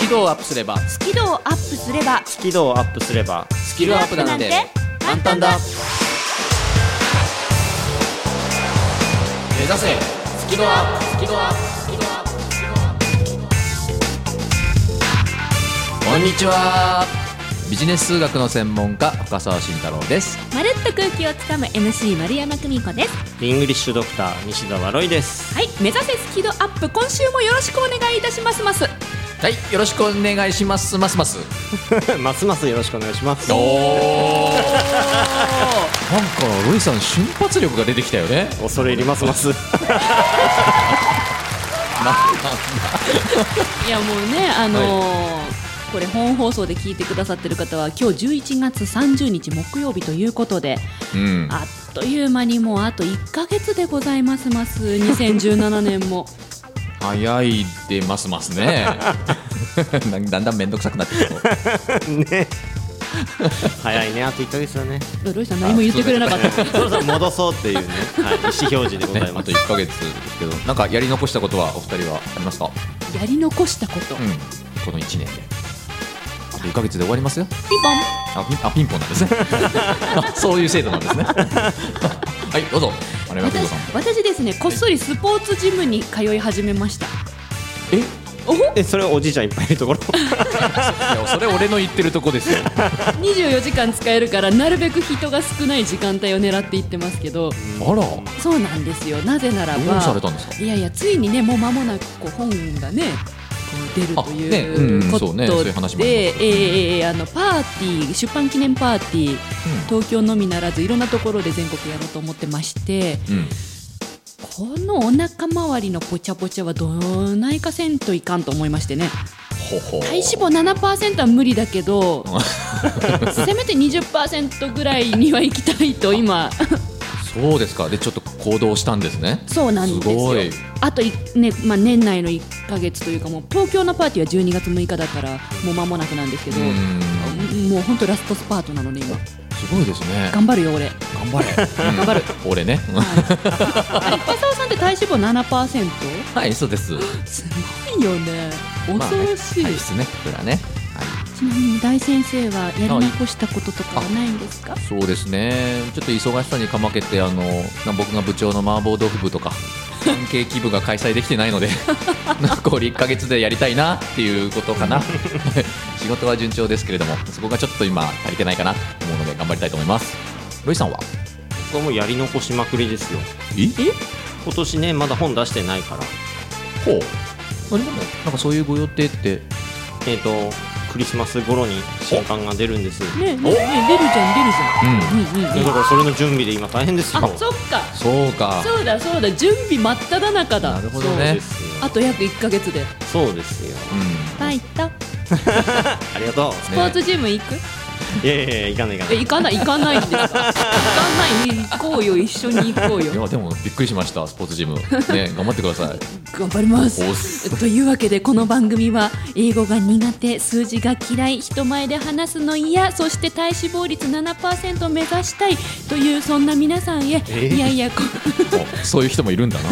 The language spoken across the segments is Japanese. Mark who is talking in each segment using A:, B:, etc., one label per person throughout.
A: キ度をアップすれば
B: スキルをアップすれば
C: スキルをアップすれば
A: スキルアップなんて簡単だ目指せスキルアップスキルアップスキルアップスキルアップこんにちはビジネス数学の専門家深澤慎太郎です
B: まるっと空気をつかむ MC 丸山久美子です
C: イングリッシュドクター西澤ロイです
B: はい目指せスキルアップ今週もよろしくお願いいたしますます
A: はいよろしくお願いしますますます
C: ますますよろしくお願いします
A: お おなんかロイさん瞬発力が出てきたよね
C: 恐れ入りますま
B: い
C: す
B: やもうねあのーこれ本放送で聞いてくださってる方は今日11月30日木曜日ということで
A: うん
B: あっという間にもうあと1か月でございますます2017年 も
A: 早いでますますね なんだんだん面倒くさくなってきた
C: ね早いねあと1ヶ月だね
B: ロイさん何も言ってくれなかった
C: そろそろ戻そうっていうね、はい、意思表示でござい
A: ね、あ
C: ま
A: と
C: す、
A: 1ヶ月ですけど、なんかやり残したことはお二人はありますか？
B: やり残したこと、
A: うん、この1年で。あと1ヶ月で終わりますよ。
B: ピンポン
A: あ、ピンあピンポンなんです ね。あそういう制度なん ですね。はい、どうぞ。あれは久保
B: 私
A: さん。
B: 私ですねこっそりスポーツジムに通い始めました
A: え、い
B: おほ
C: えそれおじいちゃんいっぱいいるところ
A: やそれ俺の言ってるとこですよ。
B: 24時間使えるからなるべく人が少ない時間帯を狙っていってますけど
A: あら、ど
B: そうなんですよなぜならば
A: うされたんですか？
B: いやいやついにねもう間もなくこう本がねこう出ると
A: あねうん
B: いう
A: うん
B: こ
A: そう
B: と
A: ね
B: で、
A: そういう話もあり
B: え
A: ま
B: ーえーあのパーティー出版記念パーティー東京のみならずいろんなところで全国やろうと思ってまして
A: うん、うん、
B: このお腹周りのぽちゃぽちゃはどないかせんといかんと思いましてね
A: ほほ。
B: 体脂肪7%は無理だけ どせめて20%ぐらいには行きたいと今
A: そうですか。でちょっと行動したんですね。
B: そうなんですよ
A: ごい。
B: あとい、ねまあ、年内の1か月というかもう東京のパーティーは12月6日だからもう間もなくなんですけど、
A: うん、
B: もう本当ラストスパートなので今
A: すごいですね。
B: 頑張るよ 俺、はい、
A: 頑張れ。頑張る。俺ね。
B: あれ深澤さんって体脂肪 7%?
A: はい、そうです。
B: すごいよね恐ろしい、
A: まあね体質ね、これはね。
B: ちなみに大先生はやり残したこととかはないんですか
A: そうですね。ちょっと忙しさにかまけて、あの、な僕が部長の麻婆豆腐部とか。パンケーキ部が開催できてないので 残り1か月でやりたいなっていうことかな仕事は順調ですけれどもそこがちょっと今足りてないかなと思うので頑張りたいと思いますロイさんは
C: 僕はもうやり残しまくりですよ
A: え
C: 今年ねまだ本出してないから
A: ほうあれでもなんかそういうご予定って
C: えっ、とクリスマス頃に新刊が出るんですだ
B: ねえねえねえ出るじゃん出る
A: うん
B: じゃん、うんうんうん
C: からそれの準備で今大変ですよ
B: あそっか
A: そうか
B: そうだそうだ準備真っ只中だ
A: なるほど
C: そう
A: ね
C: ですよ
B: あと約1か月で
C: そうですよ
A: うん
B: バイト
C: ありがとう
B: スポーツジム行く、
C: いやいやいや行かない行
B: え
C: かな
B: 行
C: い
B: かない行 かないんですか行かないね行こうよ一緒に行こう
A: い
B: よ
A: やでもびっくりしましたスポーツジムね頑張ってください
B: 頑張ります
A: おっす
B: というわけでこの番組は英語が苦手数字が嫌い人前で話すの嫌そして体脂肪率7%を目指したいというそんな皆さんへ、
C: ー
B: いやいやこ
A: おそういう人もいるんだな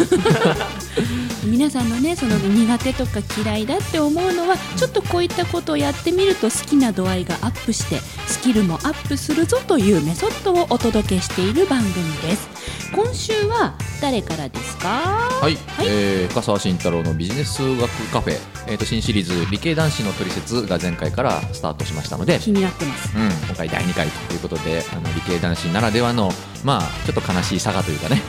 B: 皆さんのねその苦手とか嫌いだって思うのはちょっとこういったことをやってみると好きな度合いがアップしてスキルもアップするぞというメソッドをお届けしている番組です今週は誰からですか
A: はい、えー深澤慎太郎のビジネス数学カフェ、えー、と新シリーズ「理系男子のトリセツ」が前回からスタートしましたので、
B: 気になってます
A: うん、今回第2回ということであの理系男子ならではの、まあ、ちょっと悲しいさがというかね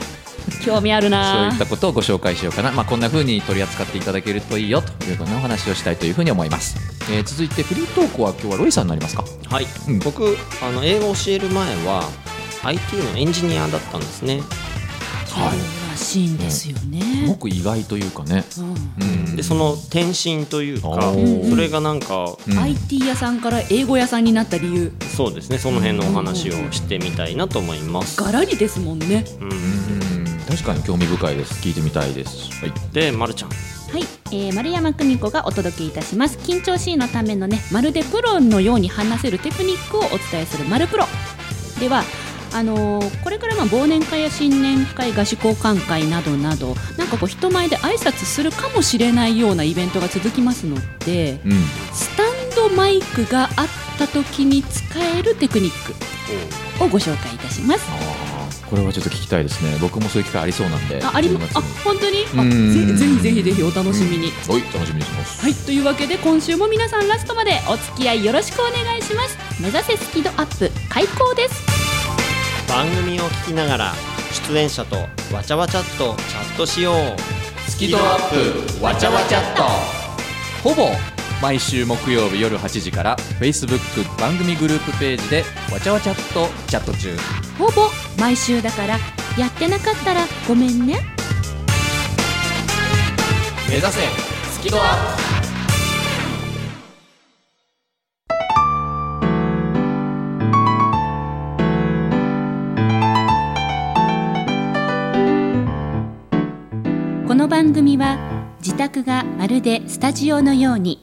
B: 興味ある
A: そうい
B: な
A: ったことをご紹介しようかな、まあ、こんな風に取り扱っていただけるといいよというようなお話をしたいというふうに思います、えー続いてフリートークは今日はロイさんになりますか
C: はい、
A: うん
C: 僕あの英語を教える前は IT のエンジニアだったんですね
A: はい
B: そうらしいんですよ
A: すご
B: ね、
A: く意外というかね、
B: うん
A: うん、
C: でその転身というか
A: おー
C: それがなんか
A: うん
B: IT 屋さんから英語屋さんになった理由
C: そうですねその辺のお話をしてみたいなと思います、
B: ガラリですもんね
C: うん
A: うん確かに興味深いです聞いてみたいですはい
C: で、ま、るちゃん
B: はい、えー丸山久美子がお届けいたします緊張しいのためのねまるでプロのように話せるテクニックをお伝えする「まるプロ」では
D: あのーこれからまあ忘年会や新年会合宿交換会などなどなんかこう人前で挨拶するかもしれないようなイベントが続きますので
A: うん
D: スタンドマイクがあった時に使えるテクニックをご紹介いたします。
A: あーこれはちょっと聞きたいですね僕もそういう機会ありそうなんで
D: あありま
A: 10月
D: あ
A: に
D: 本当に
A: う
D: あ
A: ん
D: ぜぜひぜひぜひお楽しみに。
A: はい楽しみにしてます
D: はい、というわけで今週も皆さんラストまでお付き合いよろしくお願いします目指せスキドアップ開講です
C: 番組を聞きながら出演者とわちゃわちゃっとチャットしよう
A: スキドアップわちゃわちゃっとほぼ毎週木曜日夜8時から Facebook 番組グループページでわちゃわちゃっとチャット中
D: ほぼ毎週だからやってなかったらごめんね
A: 目指せスキドアップ
D: この番組は自宅がまるでスタジオのように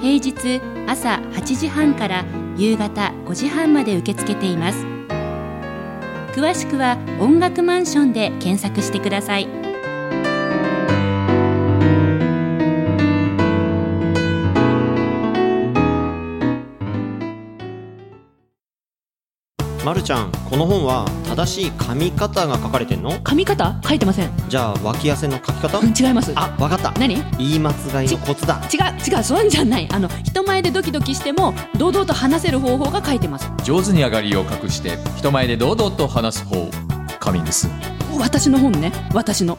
D: 平日朝8時半から夕方5時半まで受け付けています詳しくは音楽マンションで検索してください
C: まるちゃんこの本は正しい噛み方が書かれてんの
D: 噛み方書いてません
C: じゃあ脇汗の書き方
D: 違います
C: あわかった
D: 何違う
C: 言い間違いのコツだ
D: 違うそういうんじゃないあの人前でドキドキしても堂々と話せる方法が書いてます
A: 上手に上がりを隠して人前で堂々と話す方カミングス
D: 私の本ね私の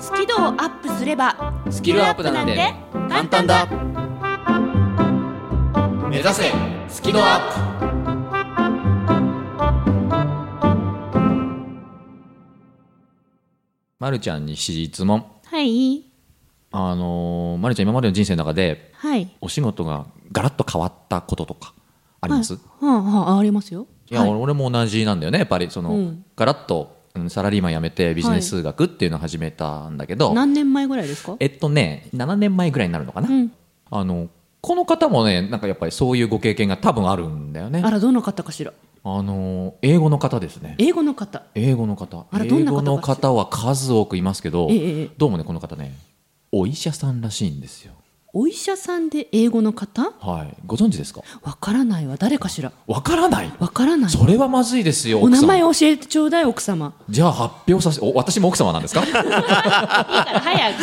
D: スキルをアップすればス
A: キルアップなんて
D: 簡
A: 目指せスキドアップまるちゃんに質問
D: はい
A: あのー、まるちゃん今までの人生の中で
D: はい
A: お仕事がガラッと変わったこととかあります、
D: はいはあはあありますよ
A: いや、
D: はい
A: 俺俺も同じなんだよねやっぱりその、
D: うん
A: ガラッとうんサラリーマン辞めてビジネス数学っていうのを始めたんだけど、
D: 何年前ぐらいですか
A: えっとね7年前ぐらいになるのかな、
D: うん
A: あのこの方もねなんかやっぱりそういうご経験が多分あるんだよね
D: あらどの方かしら
A: あの英語の方ですね
D: 英語の方
A: 英語の方
D: あらどん
A: 英
D: な方
A: 語の
D: かしら
A: 方は数多くいますけど、
D: ええええ
A: どうもねこの方ねお医者さんらしいんですよ
D: お医者さんで英語の方
A: はいご存知ですか
D: わからないわ誰かしら
A: わからない
D: わからない
A: それはまずいですよ
D: お
A: 奥
D: 名
A: 様
D: 前教えてちょうだい奥様
A: じゃあ発表させてお私も奥様なんですか
D: 早く早く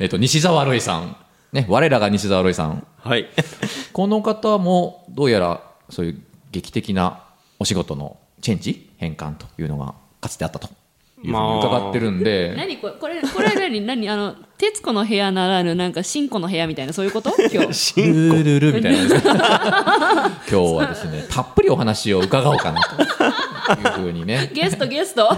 A: えっと西澤ロイさんね我らが西澤ロイさん
C: はい
A: この方もどうやらそういう劇的なお仕事のチェンジ変換というのがかつてあったというふうに伺ってるんで、
D: 何これこれこれ何何あの「徹子の部屋」ならぬなんか「新子の部屋」みたいなそういうこと今 日
A: ルールルみたいな今日はですねたっぷりお話を伺おうかなというふうにね
D: ゲストゲスト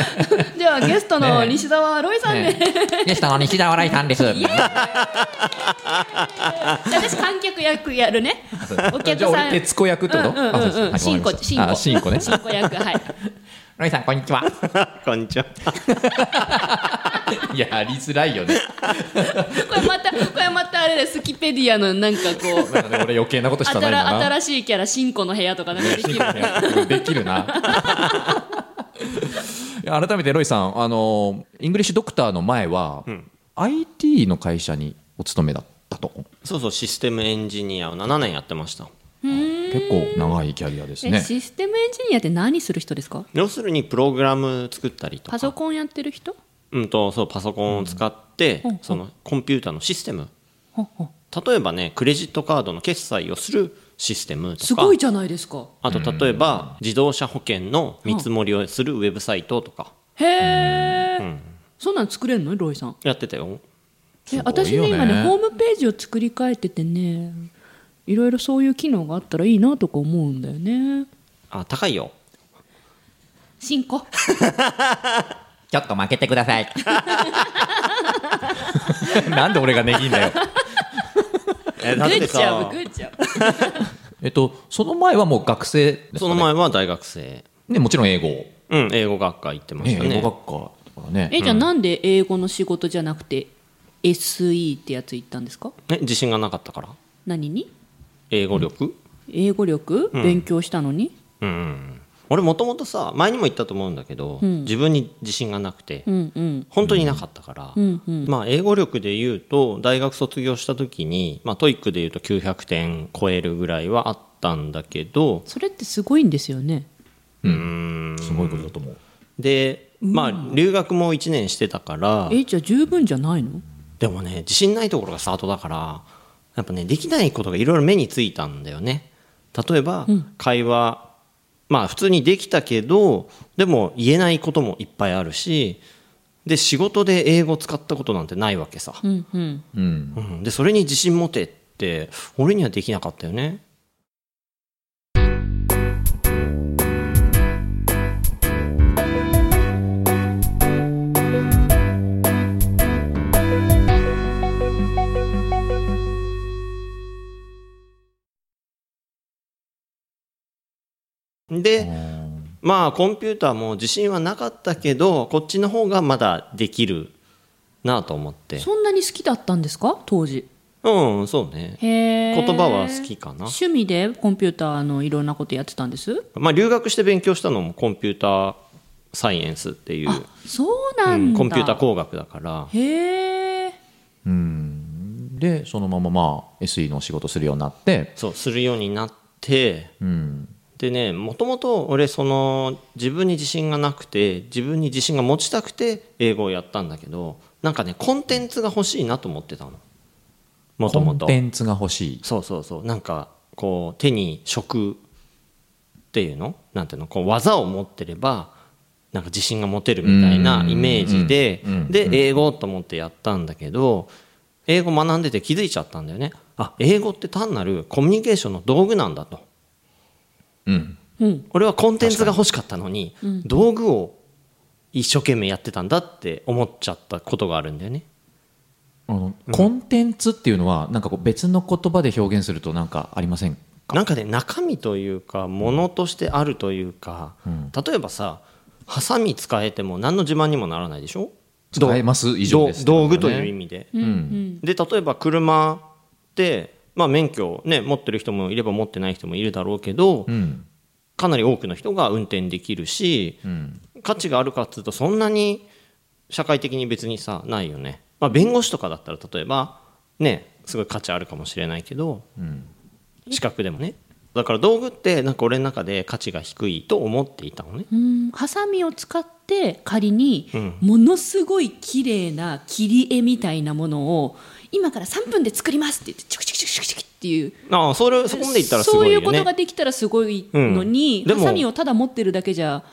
D: じゃあゲストの西澤ロイさんで、
A: ねゲストの西田笑いさんです
D: イエーイじゃあ私観客役やるねお客
A: じゃあ
D: さ
A: 俺
D: ん
A: 徹子役ってこと、
D: うんうん
A: あそうです
D: うんうん新子
A: はいわかりました
D: 新子
A: あ新子ね
D: 新子役はい
A: ロイさんこんにちは
C: こんにちはい
A: ややりづらいよね
D: これまたこれまたあれだスキペディアのなんか こう
A: なんかね俺余計なことした
D: 新
A: な今な
D: 新しいキャラ新子の部屋とかなんかできる
A: できるな。いや改めてロイさん、あのイングリッシュドクターの前は、IT の会社にお勤めだったと。
C: そうそうシステムエンジニアを7年やってました
A: 結構長いキャリアです
D: え
A: ね。
D: システムエンジニアって何する人ですか
C: 要するにプログラム作ったりと
D: パ
C: か
D: ソコンやってる人
C: うんとそうパソコンを使って、
D: うん
C: そのコンピューターのシステム
D: ほんほん
C: 例えばねクレジットカードの決済をするシステムとか
D: すごいじゃないですか
C: あと例えば自動車保険の見積もりをするウェブサイトとか
D: へえ、そんなん作れるのロイさん
C: やってたよ
A: すごいよね
D: 私ね今ねホームページを作り変えててねいろいろそういう機能があったらいいなとか思うんだよね
C: あ高いよ
D: 進行
A: ちょっと負けてください なんで俺がネギんだよ
C: え
D: グ
C: だっ
D: ッ
C: て
D: ジャ
C: さ
D: ブグッジャブ
A: えっとその前はもう学生ですかね
C: その前は大学生
A: ねもちろん英語、ね
C: うん英語学科行ってましたね
A: 英語学科だからね
D: えじゃあなんで英語の仕事じゃなくて SE ってやつ行ったんですか
C: え自信がなかったから
D: 何に
C: 英語力、
D: 英語力、勉強したのに
C: うん、俺もともとさ前にも言ったと思うんだけど、自分に自信がなくて、
D: うんうん
C: 本当になかったから、
D: うんうん
C: まあ、英語力で言うと大学卒業した時に、まあ、トイックで言うと900点超えるぐらいはあったんだけど
D: それってすごいんですよね
A: すごいことだと思う
C: で、まあ、留学も1年してたから
D: えじゃあ十分じゃないの
C: でもね自信ないところがスタートだからやっぱねできないことがいろいろ目についたんだよね例えば、会話まあ普通にできたけどでも言えないこともいっぱいあるしで仕事で英語使ったことなんてないわけさ、
D: うんうん
A: うん
C: うん、でそれに自信持てって俺にはできなかったよねでまあコンピューターも自信はなかったけどこっちの方がまだできるなと思って
D: そんなに好きだったんですか当時
C: うんそうね
D: へえ
C: 言葉は好きかな、
D: 趣味でコンピューターのいろんなことやってたんです
C: まあ、留学して勉強したのもコンピューターサイエンスっていう、
D: そうなんだ、
C: うんコンピューター工学だから
D: へえ
A: うんでそのまままあ SE の仕事するようになって
C: そうするようになって
A: うん
C: でねもともと俺その自分に自信がなくて自分に自信が持ちたくて英語をやったんだけどなんかねコンテンツが欲しいなと思ってたのもと
A: コ
C: も
A: ン
C: と
A: テンツが欲しい
C: そうそうそうなんかこう手に職っていうのなんていうのこう技を持ってればなんか自信が持てるみたいなイメージで
A: うんうんうん
C: で英語と思ってやったんだけど英語学んでて気づいちゃったんだよねあ英語って単なるコミュニケーションの道具なんだと
A: うん
D: うん
C: 俺はコンテンツが欲しかったのに道具を一生懸命やってたんだって思っちゃったことがあるんだよね
A: あのコンテンツっていうのはなんかこう別の言葉で表現するとなんかありません
C: なんかね中身というかものとしてあるというか、例えばさハサミ使えても何の自慢にもならないでしょ
A: 使えます以上
C: 道
A: です
C: 道具という
A: 味
C: 意味で、
D: うんうん、
C: で例えば車って、まあ、免許を、ね、持ってる人もいれば持ってない人もいるだろうけど、
A: うん
C: かなり多くの人が運転できるし、
A: うん
C: 価値があるかっつうとそんなに社会的に別にさないよね、まあ、弁護士とかだったら例えばねすごい価値あるかもしれないけど、資格でもねだから道具ってなんか俺の中で価値が低いと思っていたのね
D: うんハサミを使って仮に
C: うん
D: ものすごい綺麗な切り絵みたいなものを今から3分で作りますって言ってチクチクチクチクチクっていう
C: ああそれそこまでいったらすごい
D: そういうこ
C: よ
D: と
C: ね
D: ができたらすごいのに、
C: うんでも
D: ハサミをただ持ってるだけじゃ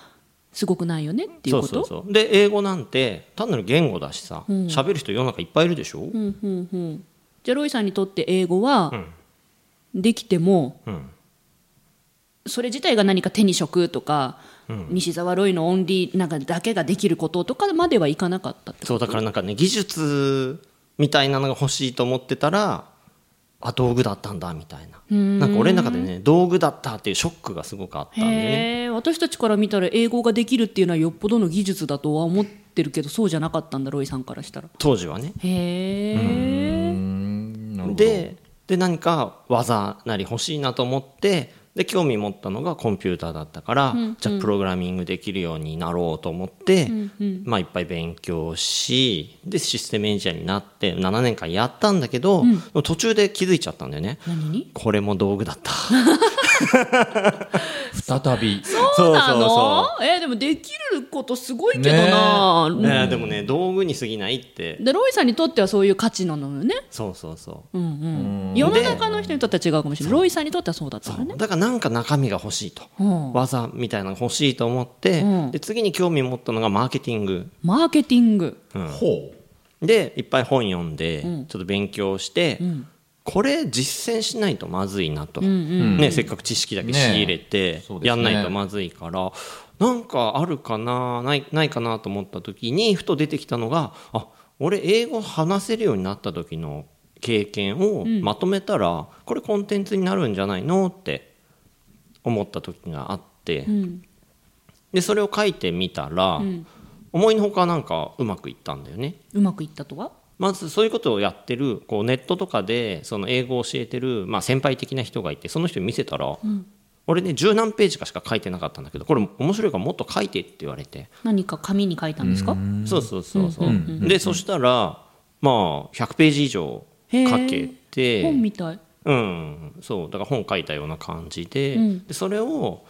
D: すごくないよねってい
C: そ
D: うこ
C: う
D: と
C: そうそうで英語なんて単なる言語だしさ喋、る人世の中いっぱいいるでしょ、
D: うんうんうんじゃあロイさんにとって英語は
C: ん
D: できても、
C: うん
D: それ自体が何か手に職とか、西澤ロイのオンリーなんかだけができることとかまではいかなかったって
C: そうだからなんかね技術みたいなのが欲しいと思ってたらあ道具だったんだみたいななんか俺の中でね道具だったっていうショックがすごくあったんでね
D: へえ私たちから見たら英語ができるっていうのはよっぽどの技術だとは思ってるけどそうじゃなかったんだロイさんからしたら
C: 当時はね
D: へえ
C: でで何か技なり欲しいなと思ってで興味持ったのがコンピューターだったから、じゃあプログラミングできるようになろうと思って、まあ、いっぱい勉強しでシステムエンジニアになって7年間やったんだけど、途中で気づいちゃったんだよね
D: 何に
C: これも道具だ った
A: 再び
C: そう
D: なのえでもできることすごいけどな、
C: ねえでもね道具に過ぎないって
D: でロイさんにとってはそういう価値なのよね
C: そうそうそ
D: うんうん、世の中の人にとっては違うかもしれないロイさんにとってはそうだった
C: う、
D: のね
C: だからなんか中身が欲しいと、
D: うん
C: 技みたいなのが欲しいと思って、
D: うん
C: で次に興味持ったのがマーケティング
D: マーケティング
A: ほう
C: でいっぱい本読んで、ちょっと勉強して、これ実践しないとまずいなと、
D: うんうん
C: ね、せっかく知識だけ仕入れて
A: そうですね
C: やんないとまずいから、なんかあるかなないないかなと思った時にふと出てきたのがあ俺英語話せるようになった時の経験をまとめたら、これコンテンツになるんじゃないのって思った時があって、
D: うん
C: でそれを書いてみたら、
D: ん
C: 思いのほかなんかうまくいったんだよね。
D: うまくいったとは
C: まずそういうことをやってるこうネットとかでその英語を教えてる、まあ、先輩的な人がいてその人に見せたら、俺ね十何ページかしか書いてなかったんだけどこれ面白いからもっと書いてって言われて、
D: 何か紙に書いたんですか
C: そうそうそうそう、
A: うんうん
C: でそしたらまあ100ページ以上書けて
D: 本みたい
C: うん、そうだから本書いたような感じで,、
D: うん
C: でそれを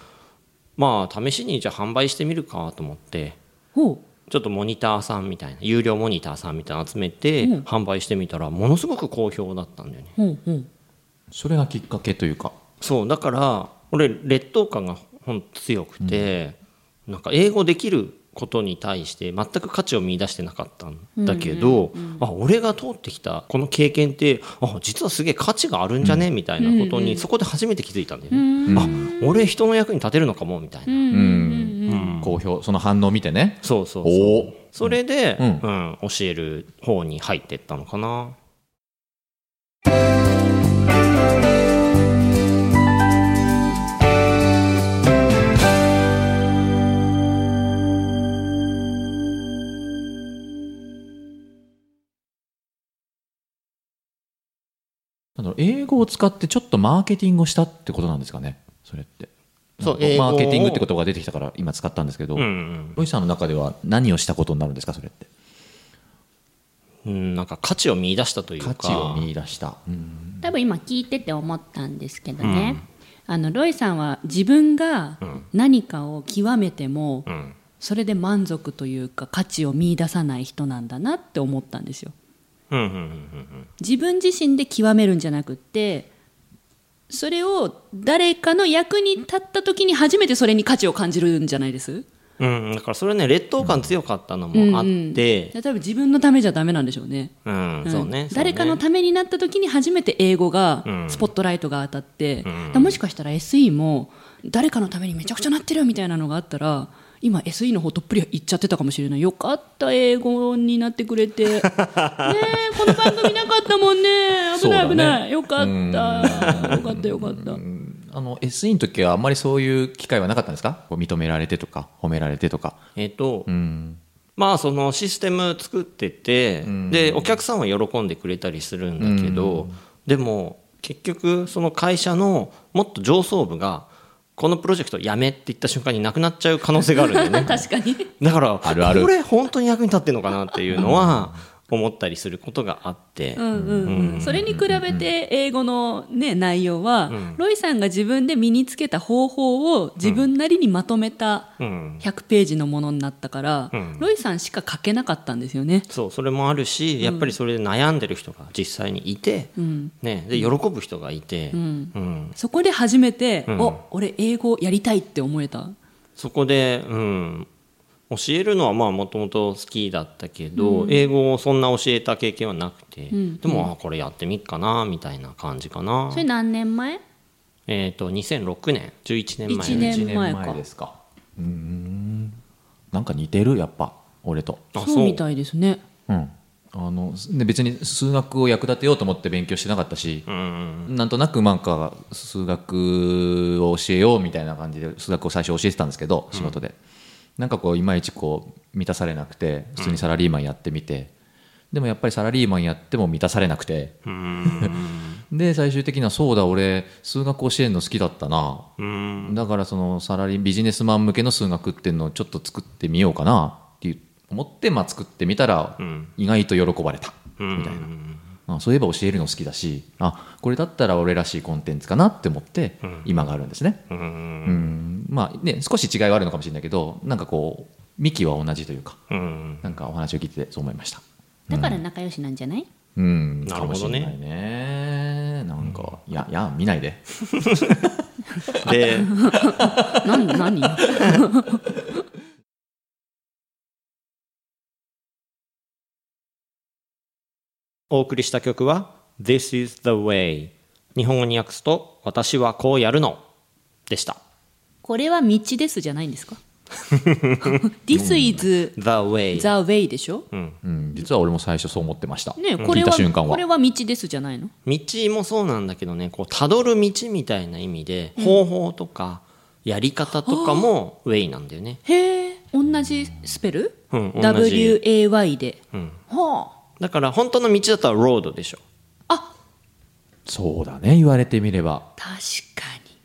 C: まあ試しにじゃあ販売してみるかと思って
D: ほう
C: ちょっとモニターさんみたいな有料モニターさんみたいなの集めて
D: うん
C: 販売してみたらものすごく好評だったんだよね
D: ほうほう
A: それがきっかけというか
C: そうだから俺劣等感がほんと強くて、なんか英語できることに対して全く価値を見出してなかったんだけど、あ俺が通ってきたこの経験ってあ実はすげえ価値があるんじゃね、みたいなことにそこで初めて気づいたんだよね、あ俺人の役に立てるのかもみたいな、
D: うん
A: う
D: うん
A: ん、好評その反応を見てね
C: そうそうそう
A: おお
C: それで、
A: う
C: うんん教える方に入ってったのかな
A: なんだろう英語を使ってちょっとマーケティングをしたってことなんですかねそれって
C: そう
A: なんか
C: 英語を
A: マーケティングってことが出てきたから今使ったんですけど、
C: うんうん
A: ロイさんの中では何をしたことになるんですかそれって
C: うん、なんか価値を見出したという
A: 価
C: か
A: 値を見出した、うん
D: 多分今聞いてて思ったんですけどね、あのロイさんは自分が何かを極めても、
C: ん
D: それで満足というか価値を見出さない人なんだなって思ったんですよ
C: うんうんうんうん
D: 自分自身で極めるんじゃなくってそれを誰かの役に立った時に初めてそれに価値を感じるんじゃないです
C: うん、だからそれね劣等感強かったのもあって、
D: 例えば自分のためじゃダメなんでしょうね
C: うんそうね
D: ん誰かの
C: そうね
D: ためになった時に初めて英語が
C: うん
D: スポットライトが当たって、
C: ん
D: だからもしかしたら SE も誰かのためにめちゃくちゃなってるみたいなのがあったら今 SE の方どっぷりいっちゃってたかもしれないよかった英語になってく れてねえこの番組なかったもんね危ない
A: そうだね
D: 危ない、よかったよかったよかった
A: あの SE の時はあんまりそういう機会はなかったんですかこう認められてとか褒められてとか
C: えっ、と、
A: うん
C: まあそのシステム作ってて、
A: ん
C: でお客さんは喜んでくれたりするんだけど、でも結局その会社のもっと上層部がこのプロジェクトやめって言った瞬間になくなっちゃう可能性があるんだよね
D: 確かに
C: だから
A: あるある
C: これ本当に役に立ってるのかなっていうのは思ったりすることがあって、
D: うんうんうん、それに比べて英語の、ね、内容は、ロイさんが自分で身につけた方法を自分なりにまとめた
C: うん
D: 100ページのものになったから、
C: うん
D: ロイさんしか書けなかったんですよね。
C: そうそれもあるしやっぱりそれで悩んでる人が実際にいて、
D: うん
C: ね、で喜ぶ人がいて、
D: うん
C: うん
D: そこで初めて、
C: うん
D: お俺英語やりたいって思えた。
C: そこで、うん、教えるのはまあもともと好きだったけど、英語をそんな教えた経験はなくて、
D: ん
C: でもあこれやってみっかなみたいな感じかな
D: そ、れ何年前
C: えっと2006年11年前
D: 一年前か
A: 一すかうんなんか似てるやっぱ俺と
C: あ
D: そうみたいですね。
A: うんあので別に数学を役立てようと思って勉強してなかったし、
C: うんうん
A: なんとなくなんか数学を教えようみたいな感じで数学を最初教えてたんですけど仕事で、なんかこういまいちこう満たされなくて普通にサラリーマンやってみて、でもやっぱりサラリーマンやっても満たされなくて
C: うん
A: で最終的にはそうだ俺数学教えるの好きだったな
C: うん
A: だからそのサラリービジネスマン向けの数学っていうのをちょっと作ってみようかなって思って、まあ、作ってみたら
C: ん
A: 意外と喜ばれた、
C: うん
A: みたいなあそういえば教えるの好きだしあこれだったら俺らしいコンテンツかなって思って今があるんですね、
C: うん
A: うんまあね少し違いはあるのかもしれないけどなんかこう幹は同じというか
C: うん
A: なんかお話を聞いててそう思いました
D: だから仲良しなんじゃない、
A: うん
C: なる
A: か
C: ほどね
A: もしれないねなんか、いやいや見ないで
C: で
D: 何 何
C: お送りした曲は This is the way 日本語に訳すと私はこうやるのでした
D: これは道ですじゃない んですか ?This is
C: The way
D: the way でしょ、
A: うん、実は俺も最初そう思ってました、
D: ねこ
A: 聞
D: れ
A: い
D: は
A: た瞬間
D: こ
A: は
D: れは道ですじゃないの
C: 道もそうなんだけどねこうたどる道みたいな意味で方法とかやり方とかもウェイなんだよね、
D: へえ同じスペル、
C: うん
D: ?WAY で、はあ
C: だから本当の道だったらロードでしょ
D: あ
A: そうだね言われてみれば
D: 確かに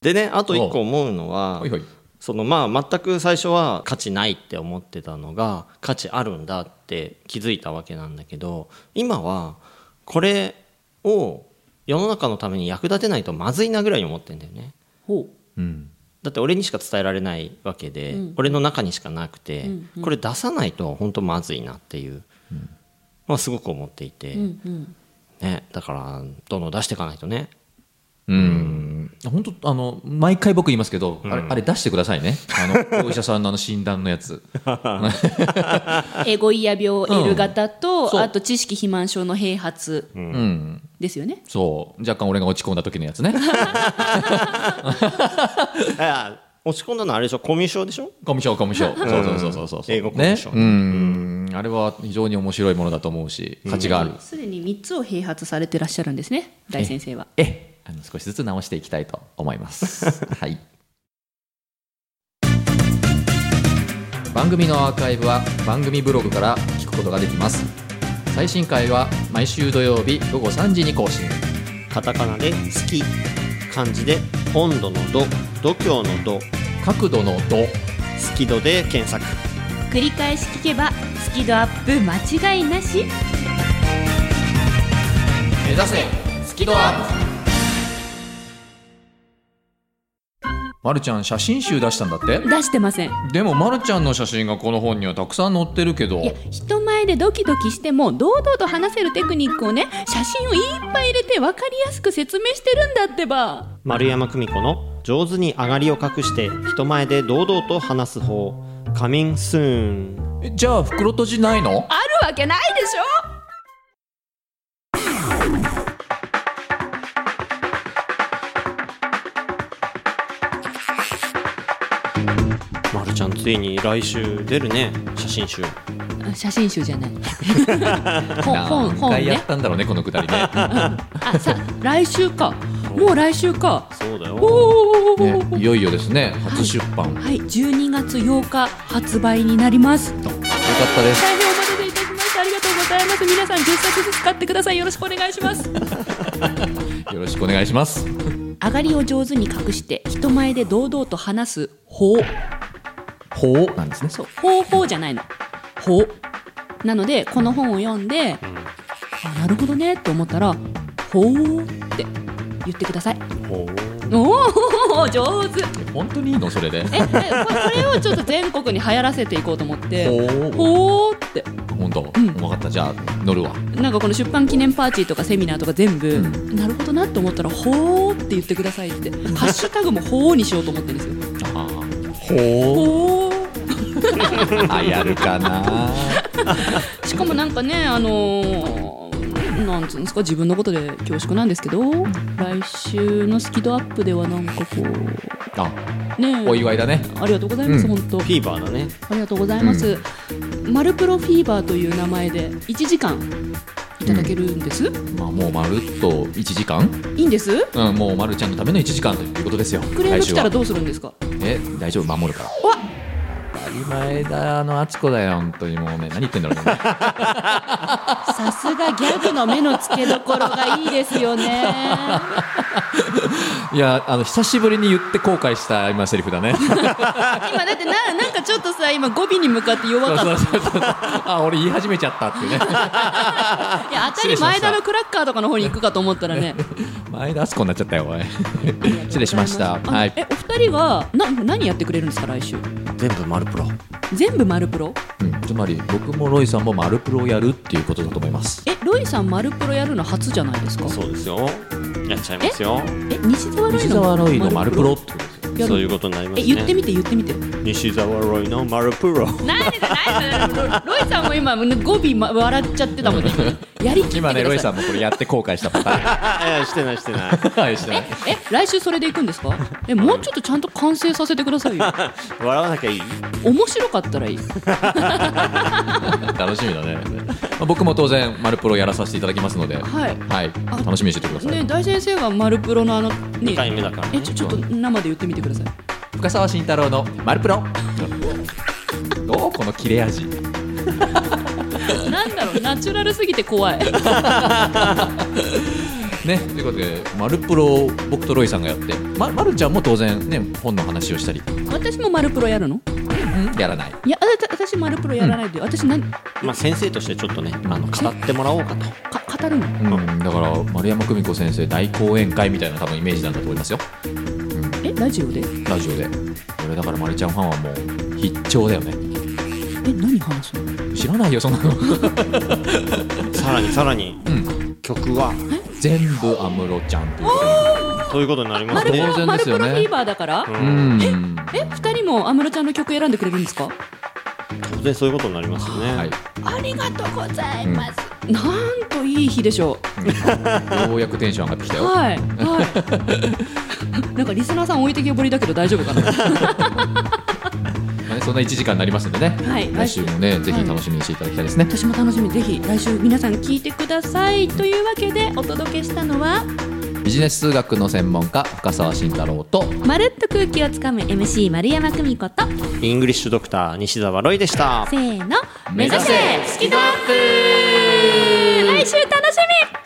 C: でねあと一個思うのは、
A: はいはい
C: そのまあ全く最初は価値ないって思ってたのが価値あるんだって気づいたわけなんだけど今はこれを世の中のために役立てないとまずいなぐらいに思ってんだよね
D: ほ
A: うん
C: だって俺にしか伝えられないわけで、俺の中にしかなくて、これ出さないと本当まずいなっていう、まあ、すごく思っていて、
D: ううんうん
C: ね、だからどんどん出していかないとね
A: うん本当あの毎回僕言いますけど、あれあれ出してくださいねあ のお医者さんのあの診断のやつ
D: エゴイヤ病
A: うん
D: L 型と、
A: そう
D: あと知識肥満症の併発
A: うん
D: ですよね、
A: そう若干俺が落ち込んだ時のやつね
C: あ落ち込んだのはあれでしょコミュ障でしょ
A: コミュ障コミュ障そうそうそうそうそう
C: 英語コミュ障
A: ねうんあれは非常に面白いものだと思うし価値がある、
D: すでに3つを併発されてらっしゃるんですね大先生は
A: ええあの少しずつ直していきたいと思います はい番組のアーカイブは番組ブログから聞くことができます最新回は毎週土曜日午後3時に更新
C: カタカナで「好き」漢字で「温度の度」「度胸の度」
A: 角度の度
C: 「好き度」で検索
D: 繰り返し聞けばスキドアップ間違いなし
A: 目指せスキドアップまるちゃん写真集出したんだって
D: 出してません
A: でもまるちゃんの写真がこの本にはたくさん載ってるけど
D: いや人前でドキドキしても堂々と話せるテクニックをね写真をいっぱい入れて分かりやすく説明してるんだってば
C: 丸山久美子の「上手に上がりを隠して人前で堂々と話す方」「カミングスーン
A: えじゃあ袋閉じないの
D: あるわけないでしょ
C: まるちゃんついに来週出るね写真集
D: あ写真集じゃ ない本本
A: 何
D: 本
A: 回や
D: ね
A: ったんだろうねこのくだりね
D: あさ来週かもう来週か
C: そうだ
D: お
C: よ
D: お、
A: ね、いよいよですね初出版、よか
D: はい12月8日発売になります
A: ったです
D: 大変お待たせいたしましたありがとうございます皆さん10冊ずつ買ってくださいよろしくお願いします
A: よろしくお願いします
D: 上がりを上手に隠して人前で堂々と話す法
A: 法なんですね
D: そう方法じゃないの法なのでこの本を読んで、あなるほどねって思ったら「法」って言ってください
C: ほう
D: おお上手
A: 本当にいいのそれで
D: ええここれをちょっと全国に流行らせていこうと思って
A: ほう
D: 「法」って
A: 本当、
D: ん
A: 分かったじゃあ乗るわ
D: なんかこの出版記念パーティーとかセミナーとか全部、
A: う
D: なるほどなって思ったら「ほー」って言ってくださいってハッシュタグも「ほー」にしようと思ってるんですよ
A: あほ
D: ほー
A: うやるかな
D: しかもなんかねあのーなんつうんですか自分のことで恐縮なんですけど来週のスキドアップではなんかこう
A: あ
D: ねえ
A: お祝いだね
D: ありがとうございます、
A: うん
D: 本当
C: フィーバーだね
D: ありがとうございます、マルプロフィーバーという名前で1時間いただけるんです、
A: まあもうまるっと1時間、
D: いいんです
A: うん、もうまるちゃんのための1時間ということですよ
D: クレーム
A: 来
D: 来
A: 週
D: たら
A: は
D: どうするんですか
A: え大丈夫守るから
D: わ
A: 当たり前だあのあつこだよ本当にもうね何言ってんだろ うね
D: さすがギャグの目の付けどころがいいですよね
A: いやあの久しぶりに言って後悔した今セリフだ ね
D: 今だってななんかちょっとさ今語尾に向かって弱かった
A: そうそうそうそうあ俺言い始めちゃったっていうね
D: いや当たり前田のクラッカーとかの方に行くかと思ったらね
A: 前田敦子になっちゃったよおい失礼しました
D: あの
A: はい
D: えお二人はな何やってくれるんですか来週
C: 全部マルプロ
D: 全部マルプロ
A: うんつまり僕もロイさんもマルプロをやるっていうことだと思います
D: えロイさんマルプロやるの初じゃないですか
C: そうですよやっちゃいますよ
D: え西澤ロイ
A: 西
D: の
A: 澤ロイのマルプロってことですよ
D: や
C: そう
D: る
C: いうことになりま
D: え
C: す
D: 言って
C: ね
D: みて言って みて
C: 西澤ロイのマル プロ
D: なんでだなんでロイさんも今語尾ま笑っちゃってたもんねやりきってく
A: 今
D: ださ
A: ね
D: い
A: ロイさんもこれやって後悔したパターン
C: あいやしてないして ない
A: はいしてない
D: え来週それで行くんですかえもうちょっとちゃんと完成させてくださいよ
C: 笑わなきゃいい
D: 面白かったらいい
A: 楽しみだね、まあ、僕も当然マルプロやらさせていただきますのでは
D: はいあ
A: 楽しみにしててください、
D: ね大先生がマルプロのあの
C: 2
D: ね
C: 回目だから
D: えちょちょっと生で言ってみてください
A: 深澤慎太郎のマルプロどうこの切れ味
D: なんだろうナチュラルすぎて怖い
A: ねということでマルプロを僕とロイさんがやってままるちゃんも当然ね本の話をしたり、
D: 私もマルプロやるの
A: うんやらない
D: いやあた私マルプロやらないで、私何か
C: まあ先生としてちょっとねあの語ってもらおうかと
D: 語るの
A: うん、だから丸山久美子先生大講演会みたいな多分イメージなんだと思いますよ
D: えラジオで
A: ラジオで俺だからまるちゃんファンはもう必聴だよね
D: え何話すの
A: 知らないよそんなの
C: さらにさらに、曲は
A: 全部安室ちゃんということ
C: ということになりま
D: マ
C: す
D: ルプ
C: ね
A: 当
D: ロ
A: 然
D: マ
A: で
D: ル
A: す
D: プロ
A: よ
D: フ
A: ね
D: ィーバーだから、
C: う
A: でうんん
D: え二人も安室ちゃんの曲選んでくれるんですか
C: 当然そういうことになりますよね、
A: はい
D: ありがとうござい、
A: ます
D: なんといい日でしょ
A: ようやくテンション上がってきた
D: う
A: よ
D: はいはいなんかリスナーさん置い てきぼりだけど大丈夫か な
A: まあね、そんな1時間になりますんでね、
D: はい
A: 来週もね、ぜひ楽しみにしていただきたいですね。
D: 私も楽しみぜひ来週皆さん聞いてくださいというわけでお届けしたのは
A: ビジネス数学の専門家、深澤慎太郎と、
D: まるっと空気をつかむ MC 丸山久美子と
C: イングリッシュドクター西澤ロイでした
D: せーの
A: 目指せ
D: スキドアップ来週楽しみ